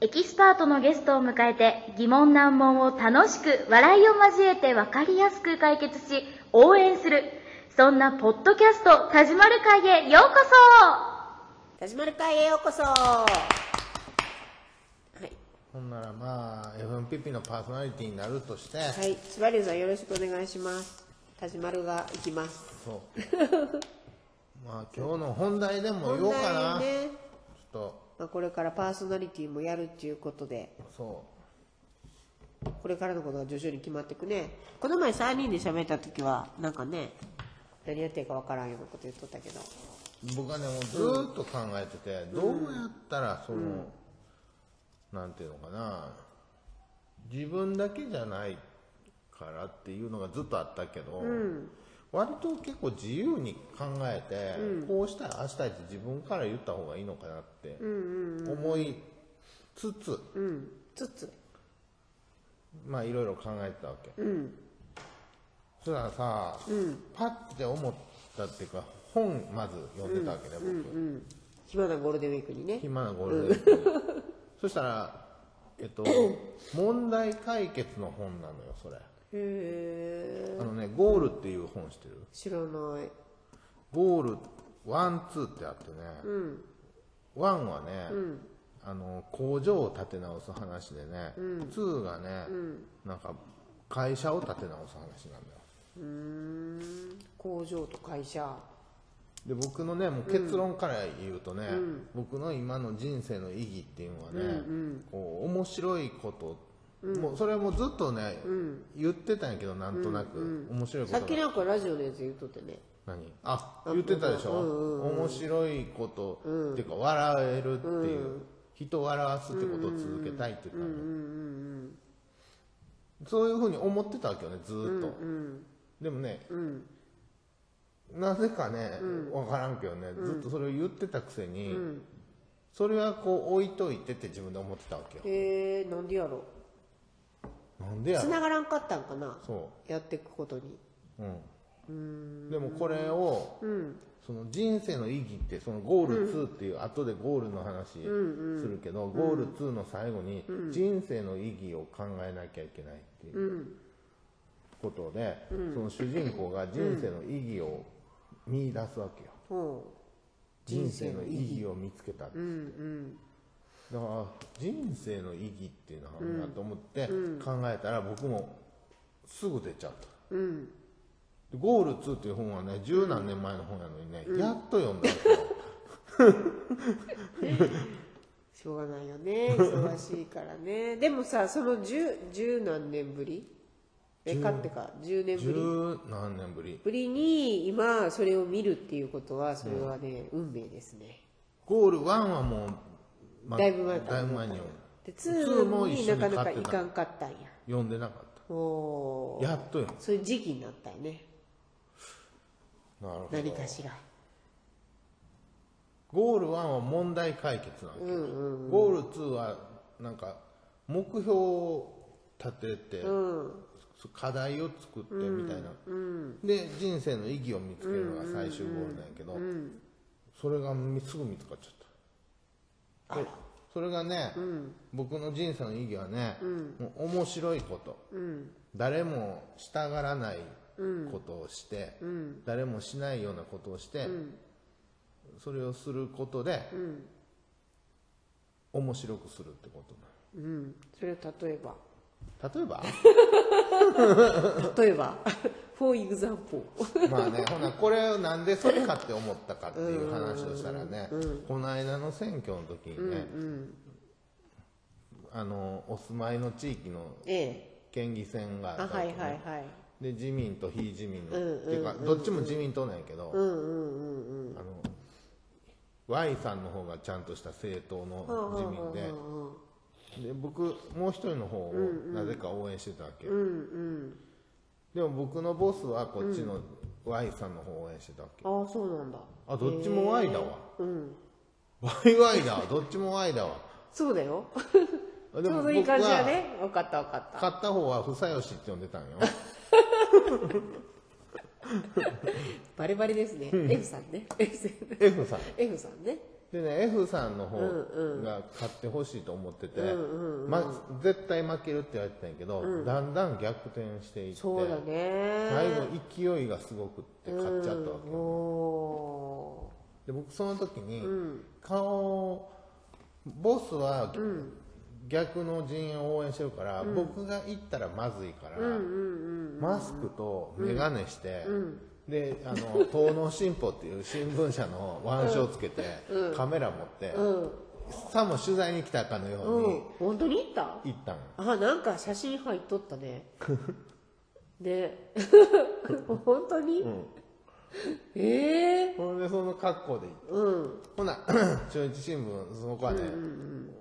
エキスパートのゲストを迎えて疑問難問を楽しく笑いを交えて分かりやすく解決し応援するそんなポッドキャスト「田島る会」へようこ田島る会へようこそはい、ほんならまあ FMPP のパーソナリティになるとして、はい、スバリューさんよろしくお願いします田島るが行きますそう まあ今日の本題でも言おうかな、本題ね、ちょっまあ、これからパーソナリティもやるっていうことでとそこれからのことが徐々に決まっていくねこの前3人で喋った時はなんかね何やっていいかわからんようなこと言っとったけどう僕はねもうずーっと考えてて、どうやったらその、なんていうのかな自分だけじゃないからっていうのがずっとあったけど、割と結構自由に考えて、こうしたいああしたいって自分から言った方がいいのかなって思いつつ、うんつつまあいろいろ考えてたわけ、そしたらさ、パッて思ったっていうか本まず読んでたわけね、僕、暇なゴールデンウィークにね暇なゴールデンウィークそしたらえ っと問題解決の本なのよそれへえあのね「ゴール」っていう本してる知らない「ゴールワンツー」ってあってね、ワンはね、あの工場を立て直す話でね、ツーがね、なんか会社を立て直す話なんだようーん工場と会社で僕のねもう結論から言うとね、僕の今の人生の意義っていうのはね、こう面白いこと、もうそれはもうずっとね、言ってたんやけどなんとなく、面白いこさとっがきなんかラジオのやつ言っとってね何あ言ってたでしょ、面白いこと、っていうか笑えるっていう、人を笑わすってことを続けたいって言ったの、そういうふうに思ってたわけよねずーっと、でもね、なぜかね、わ分からんけどねずっとそれを言ってたくせに、それはこう置いといてって自分で思ってたわけよ、へえなんでやろなんでやろ繋がらんかったんかなそうやっていくことにうん、でもこれを、その人生の意義ってそのゴール2っていう後でゴールの話するけど、ゴール2の最後に人生の意義を考えなきゃいけないっていうことで、その主人公が人生の意義を見出すわけよ、ほ人生の意義を見つけたっつって、だから人生の意義っていうのはあるなと思って考えたら僕もすぐ出ちゃった、でゴール2っていう本はね十何年前の本やのにね、やっと読んだんですようしょうがないよね忙しいからね でもさその十十何年ぶりえかってか10年ぶり十何年ぶりぶりに今それを見るっていうことはそれはね、運命ですねゴール1はもう、まだいぶ前からだいぶ前に読んで2 2もに一緒なにかなか買っいてたかんかったんや読んでなかっおおたやっと読んだそういう時期になったよねなるほど何かしらゴール1は問題解決なわけよ、ゴール2はなんか目標を立てて、課題を作ってみたいな、で人生の意義を見つけるのが最終ゴールなんやけど、それがみすぐ見つかっちゃったでそれがね、僕の人生の意義はね、もう面白いこと、誰もしたがらないことをして、誰もしないようなことをして、それをすることで、面白くするってことうんそれを例えばなの例 えば例えば for example まあねほなこれをなんでそれかって思ったかっていう話をしたらね、この間の選挙の時にね、あのお住まいの地域のええ県議選がああったわはけいねはいはいで自民と非自民の、っていうかどっちも自民党なんやけど、あの Y さんの方がちゃんとした政党の自民で,、で僕もう一人の方をなぜか応援してたわけ、でも僕のボスはこっちの Y さんの方を応援してたわけ、ああそうなんだあどっちも Y だわ、倍 Y だわどっちも Y だわそうだよでちょうどいい感じやね分かった分かった買った方は房吉って呼んでたん よバリバリですね F さんね F さん F さん F さんねでね F さんの方うんが勝ってほしいと思ってて、ま、絶対負けるって言われてたんやけど、だんだん逆転していってそうだね最後勢いがすごくって勝っちゃったわけ、うんおで僕その時に顔をボスは逆の陣営を応援してるから、僕が行ったらまずいから、マスクと眼鏡して、であの「東農新報」っていう新聞社の腕章つけて、カメラ持って、さも取材に来たかのよーううん本当に行ったに行ったんよあなんか写真入っとった ねね本当に、ええほんでその格好で行って、ほな 中日新聞そこはね、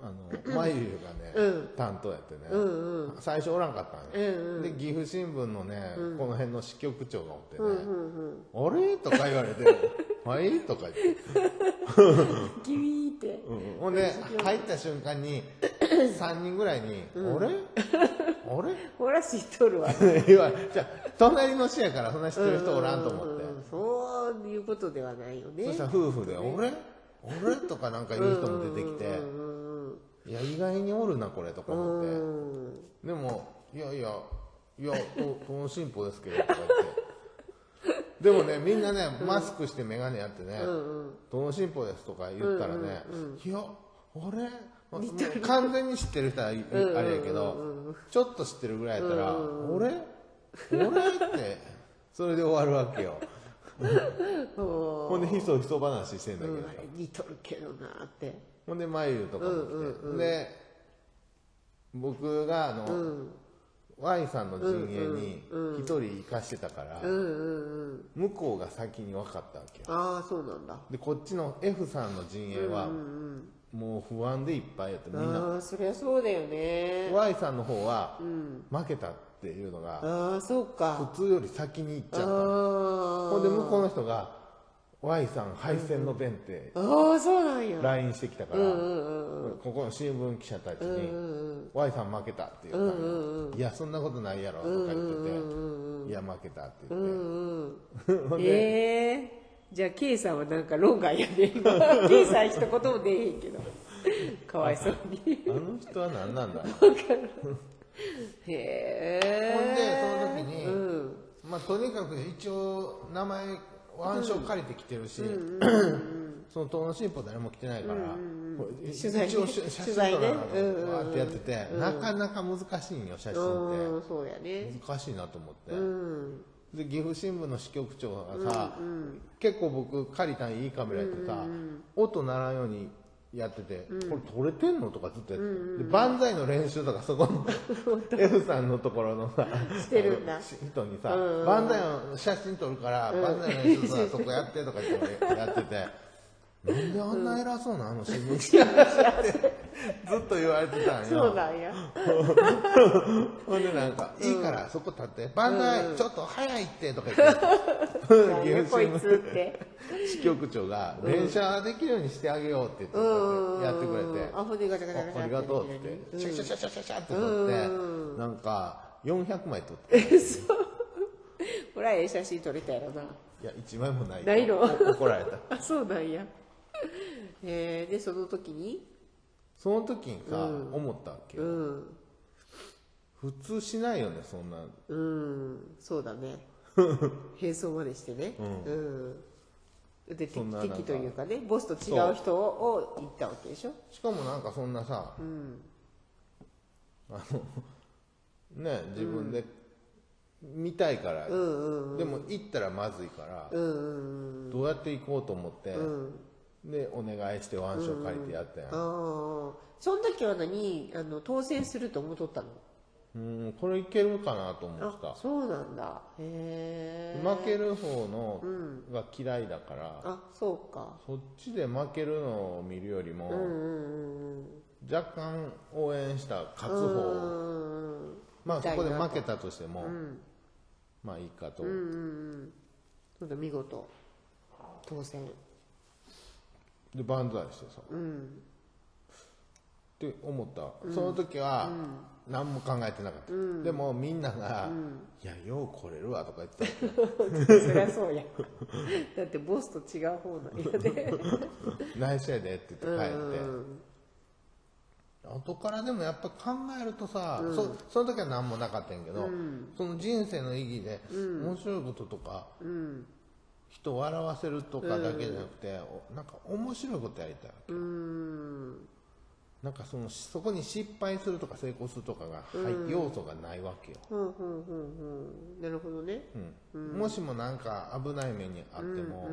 あの眉優がね、担当やってね、最初おらんかったんよ、で岐阜新聞のね、この辺の支局長がおってね「あれ?」とか言われ て「はい?」とか言って、ギビーってうんほんで入った瞬間 に3人ぐらいに「 あれあれ?」ほら知っとるわ言われじゃあ隣の市やからそんな知ってる人おらんと思って、うんそういうことではないよねそしたら夫婦で「俺俺?」とかなんか言う人も出てきて「いや意外におるなこれ」とか思うっんてでも「いやいやいやとこの進歩ですけど」とか言ってでもねみんなねマスクして眼鏡やってね「どの進歩です」とか言ったらね「いや俺もう完全に知ってる人はあれやけどちょっと知ってるぐらいやったら「俺俺?」ってそれで終わるわけようんほんでひそひそ話してんだけどうんあれ似とるけどなーってほんで眉とかも来て、で僕があの、Y さんの陣営に一人行かしてたから、向こうが先に分かったわけよああそうなんだでこっちの F さんの陣営は、もう不安でいっぱいやってみんなああそりゃそうだよね Y さんの方は、負けたっていうのがああそうか普通より先に行っちあゃっあたのほんで向こうの人が Y さん敗戦の弁ってああそうなんや LINE してきたから、ここの新聞記者たちに、Y さん負けたって言ったら、いや、そんなことないやろとか言ってて、いや、負けたって言って、ほんで、ええじゃあ K さんはなんか論外やね 今 K さん一言も出えへんけどかわいそうにあの人は何なんだろへうほんでえ、その時に、まあ、とにかく一応、名前、腕章借りてきてるし、 その東の新報誰も来てないから、これ取材ね一応写真撮取材ねらなあかんわーってやってて、なかなか難しいんよ、写真って。うんそうやね難しいなと思って、で岐阜新聞の支局長がさ、結構僕借りたんいいカメラやってさ、音ならんようにやってて、これ撮れてんのとかずっとやってて、で万歳の練習とかそこ の F さんのところのさしてるんだあの人にさ、万歳の写真撮るから、万歳の練 習さそこやってとか言って俺やって て。なんであんな偉そうなあの新聞記者ってずっと言われてたんよ。そうなんやほんでなんか、いいからそこ立って、バンダイ、ちょっと早いってとか言って、なん やこいつって支局長が、連射できるようにしてあげようって言って、やってくれて、あ船ガチャガチャガチャありがとうって言言って、シャシャシャシャシャシャって撮って、なんか、400枚撮って、ほらええ写真撮れたやろないや、1枚もない。ないのお怒られた。あそうなんやえー、でその時にその時にさ、思ったわけよ。普通しないよね、そんな。うんそうだね変装までしてねうん、で敵そんななんか敵というかねボスと違う人をを言ったわけでしょしかもなんかそんなさ、あのね自分で見たいから、でも行ったらまずいから、どうやって行こうと思って、でお願いしてワンショー借りてやったやん、ああその時は何あの当選すると思っとったのうんこれいけるかなと思っあたそうなんだへえ負ける方のが嫌いだから、あそうかそっちで負けるのを見るよりも、若干応援した勝うつ方をんまあみそたいこなで負けたとしても、まあいいかと、そうだ見事当選で万歳してさ、っって思った、その時は何も考えてなかった、でもみんなが「いやよう来れるわ」とか言ってた そりゃそうやだってボスと違う方なんやね内緒やでって言って帰って、後からでもやっぱ考えるとさ、そその時は何もなかったんやけど、その人生の意義で面白いこととか、人を笑わせるとかだけじゃなくて、おなんか面白いことやりたいわけなんかそのそこに失敗するとか成功するとかが、はい要素がないわけよ、うんうんうん うんなるほどねうんもしもなんか危ない目にあっても、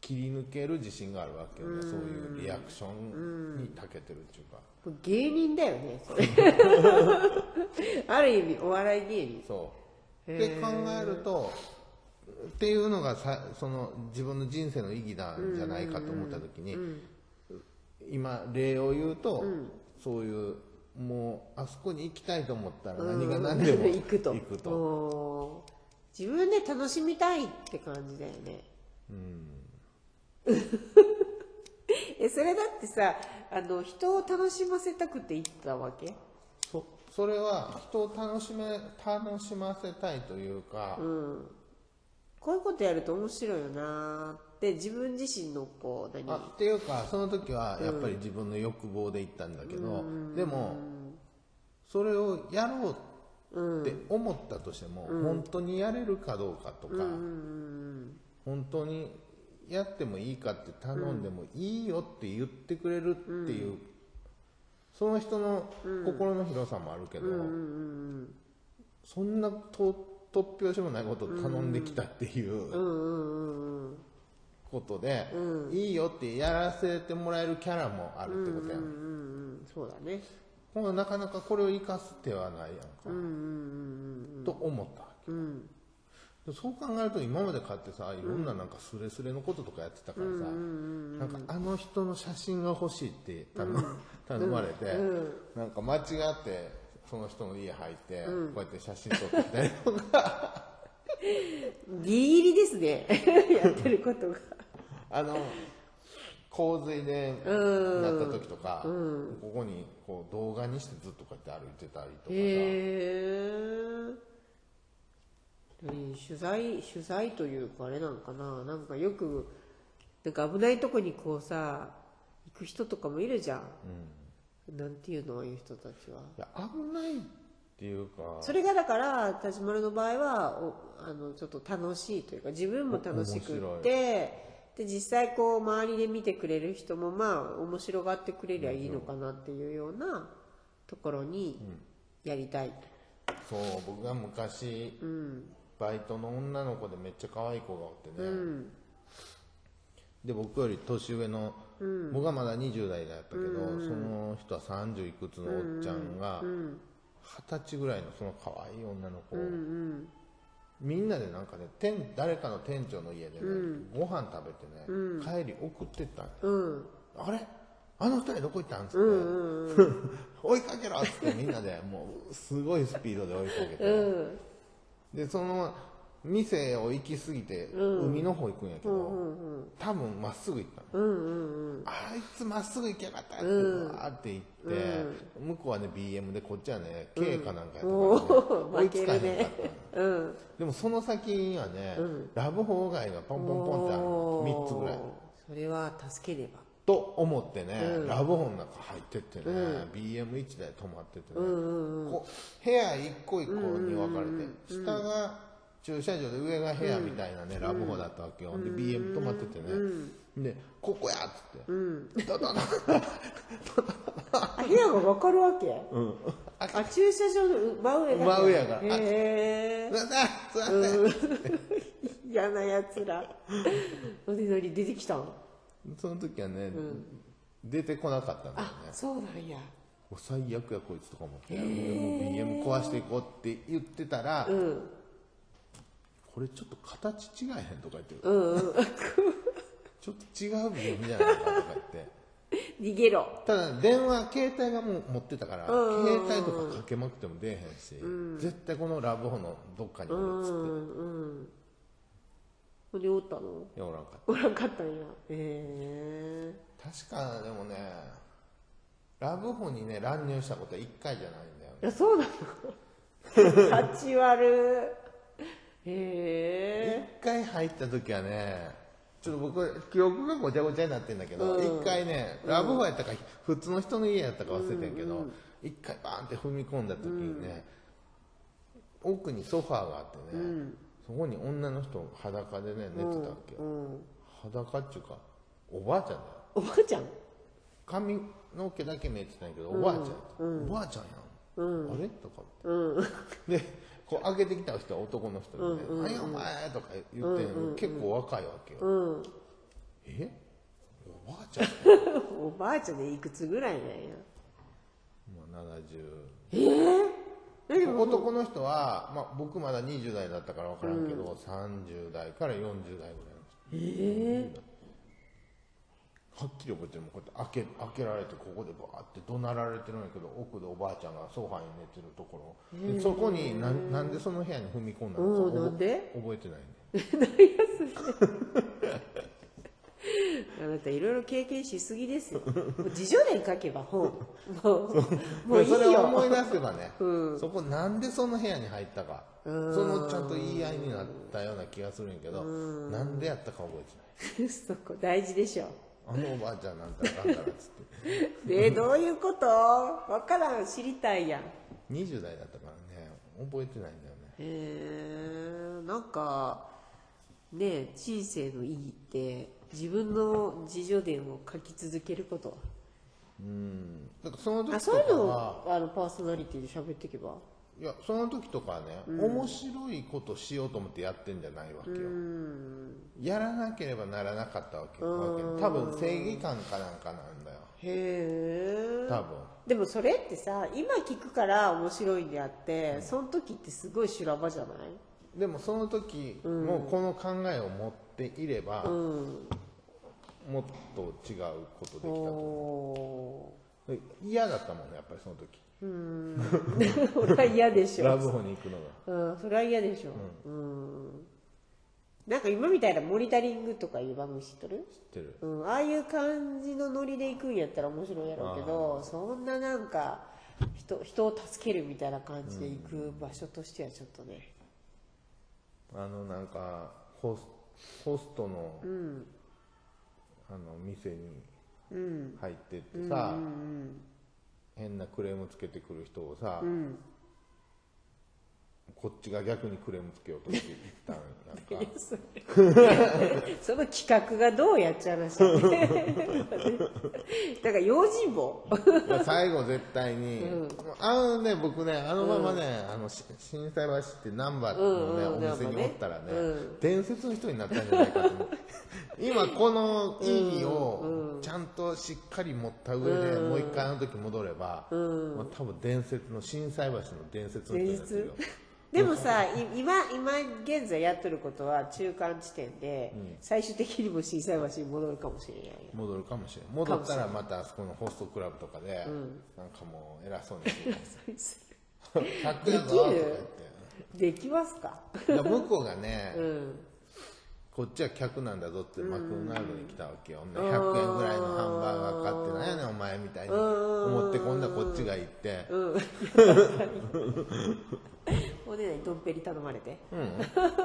切り抜ける自信があるわけよね、そういうリアクションに長けてるっていうか、これ芸人だよねそれ ある意味お笑い芸人そうで考えるとっていうのがさその自分の人生の意義なんじゃないかと思った時に、今例を言うと、そういうもうあそこに行きたいと思ったら何が何で も行くとおー自分で楽しみたいって感じだよねうん えそれだってさあの人を楽しませたくて行ったわけそそれは人を楽しめ楽しませたいというか、こういうことやると面白いよなーって自分自身のこう何あっていうかその時はやっぱり自分の欲望で行ったんだけど、でもそれをやろうって思ったとしても、本当にやれるかどうかとか、本当にやってもいいかって頼んでもいいよって言ってくれるっていう、その人の心の広さもあるけど、そんなと突拍子もないことを頼んできたっていう。ことで、いいよってやらせてもらえるキャラもあるってことやん、うんそうだねほななかなかこれを生かす手はないやんか、と思ったわけ、でそう考えると今まで買ってさいろんななんかスレスレのこととかやってたからさ、なんかあの人の写真が欲しいって頼,、頼まれて、なんか間違ってその人の家入って、こうやって写真撮ってきたりとかギリギリですね やってることがあの洪水でなった時とか、ここにこう動画にしてずっとこうやって歩いてたりとかさ、へえ取材取材というかあれなんかななんかよくなんか危ないとこにこうさ行く人とかもいるじゃん、なんていうのああいう人たちはいや危ないっていうかそれがだから田島るの場合はおあのちょっと楽しいというか自分も楽しくお面っ白いてで実際こう周りで見てくれる人もまあ面白がってくれりゃいいのかなっていうようなところにやりたい、そう僕が昔、バイトの女の子でめっちゃ可愛い子がおってね、で僕より年上の、僕はまだ20代だったけど、その人は30いくつのおっちゃんが二十歳ぐらいのその可愛い女の子を、みんなでなんかね店誰かの店長の家でね、ご飯食べてね、帰り送ってったんよあれあの二人どこ行ったんっつって、追いかけろっつってみんなでもうすごいスピードで追いかけて、でその店を行き過ぎて海の方行くんやけど、多分まっすぐ行ったの、あいつまっすぐ行きやがったってわーって行って、向こうはね BM でこっちはね K かなんかやったから、ねおー追いつかへん負けるねかったの、でもその先にはね、ラブホー街がポンポンポンってあるの3つぐらいそれは助ければと思ってね、ラブホの中入ってってね、BM1 台止まっててね、こう部屋一個一個に分かれて、下が駐車場で上が部屋みたいなね、ラブホだったわけよ、で BM 止まっててね、で「ここや!」っつって、ドドドあ部屋が分かるわけ、あ駐車場の真上だ真上やからへえすいませんすいません嫌なやつ らおでのり出てきたんその時はね、出てこなかったんだよねそうなんやもう最悪やこいつとか思って、もう BM 壊していこうって言ってたら、これちょっと形違えへんとか言って、 ちょっと違う BM じゃないかとか言って逃げろただ電話携帯がもう持ってたから、携帯とかかけまくっても出えへんし、絶対このラブホのどっかにおるっつって、ほんでおったのいやおらんかったおらんかったんやへえ確かでもねラブホにね乱入したことは1回じゃないんだよねいやそうな の立ち悪へえ1回入った時はねちょっと僕記憶がごちゃごちゃになってんだけど、一回ねラブホやったか、普通の人の家やったか忘れてんけど、一回バーンって踏み込んだ時にね、奥にソファーがあってね、そこに女の人裸でね寝てたわけよ、裸っていうかおばあちゃんだよおばあちゃん髪の毛だけ見えてたんやけど、おばあちゃん、おばあちゃんやん、あれとか思って、でこう上げてきた人は男の人で、ね何やお前!」とか言って、結構若いわけよ、えおばあちゃんおばあちゃんでいくつぐらいなんやもう70えでも男の人は、まあ、僕まだ20代だったから分からんけど、30代から40代ぐらいの人えはっきり覚えてるもんこうやって開け開けられてここでバーって怒鳴られてるんやけど奥でおばあちゃんがソファに寝てるところでそこにななんでその部屋に踏み込んだのうんかなんで覚えてないねあなたいろいろ経験しすぎです よもう自叙伝書けば本もうもういいそれをよ思い出せばね、そこなんでその部屋に入ったか、そのちゃんと言い合いになったような気がするんやけど、なんでやったか覚 えそこ大事でしょてないあのおばあちゃんなんてあかんからっ つってえどういうことわからん知りたいやん20代だったからね覚えてないんだよねへえなんかね人生の意義って自分の自叙伝を書き続けることうんだからそのあ時とそうかいうのはをあのパーソナリティで喋っていけばいやその時とかはね、面白いことしようと思ってやってんじゃないわけよ、やらなければならなかったわけわけ多分正義感かなんかなんだよへえ多分でもそれってさ今聞くから面白いんであって、その時ってすごい修羅場じゃないでもその時もこの考えを持っていれば、もっと違うことできたと思おう嫌だったもんねやっぱりその時ーそれは嫌でしラょ、ブホに行くのうがん、それは嫌でしょ、うんなんか今みたいなモニタリングとかいう番組知っとる知ってるうん、ああいう感じのノリで行くんやったら面白いやろうけどそんななんか人人を助けるみたいな感じで行く場所としてはちょっとね、あのなんかホスホストの,、あの店に入ってってさ、変なクレームつけてくる人をさ、こっちが逆にクレームつけようとしてきたんなんかその企画がどうやっちゃうらしいだから用心棒まあ最後絶対に、あのね僕ねあのままね、あのし心斎橋ってナンバーのね、うんうんお店にナンバーねおったらね、伝説の人になったんじゃないかと思 う今この意義をちゃんとしっかり持った上で、もう一回あの時戻れば、まあ、多分伝説の心斎橋の伝説の前人に日なってるよでもさい今今現在やっとることは中間地点で、最終的にも震災橋に戻るかもしれないよ戻るかもしれん戻ったらまたあそこのホストクラブとかで、なんかもう偉そうに して「100やぞ」とか言って。できますかいや向こうがね、こっちは客なんだぞってマクドナルドに来たわけよ、100円ぐらいのハンバーガー買ってないよねんお前みたいに思って今度はこっちが行って、おねだりドンペリ頼まれてうん、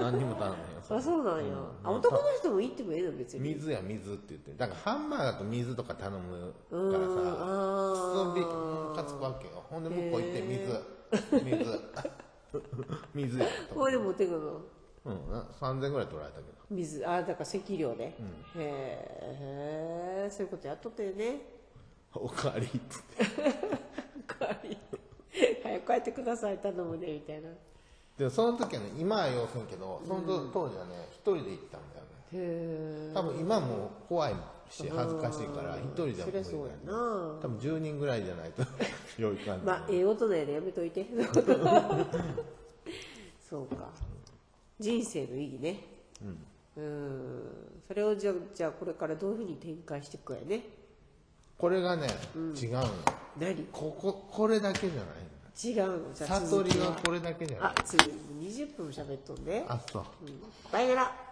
何にも頼むよあそうなんや、あ男の人も行ってもええの別に水や水って言ってだからハンバーガーと水とか頼むからさあそびムカつくわけよほんで向こう行って水水 水やと、これで持ってくのうん、な3000円ぐらい取られたけど 水あだから赤量で、へえそういうことやっとったよねおかわりっつってかい早く帰ってください頼むねみたいなへでもその時はね今は要するにけどその時当時はね一人で行ったんだよねえ多分今もう怖いし恥ずかしいから一人じゃ無理そりゃだそうよやねな多分10人ぐらいじゃないと 良い感じ、まあええ音だよねやめといて そうか人生の意義ねうんそれをじゃあじゃあこれからどういうふうに展開していくかやねこれがね、違うの何違うこここれだけじゃないのじゃあ悟続りきははこれだけじゃないあ次20分も喋っとんねあそうバイナラ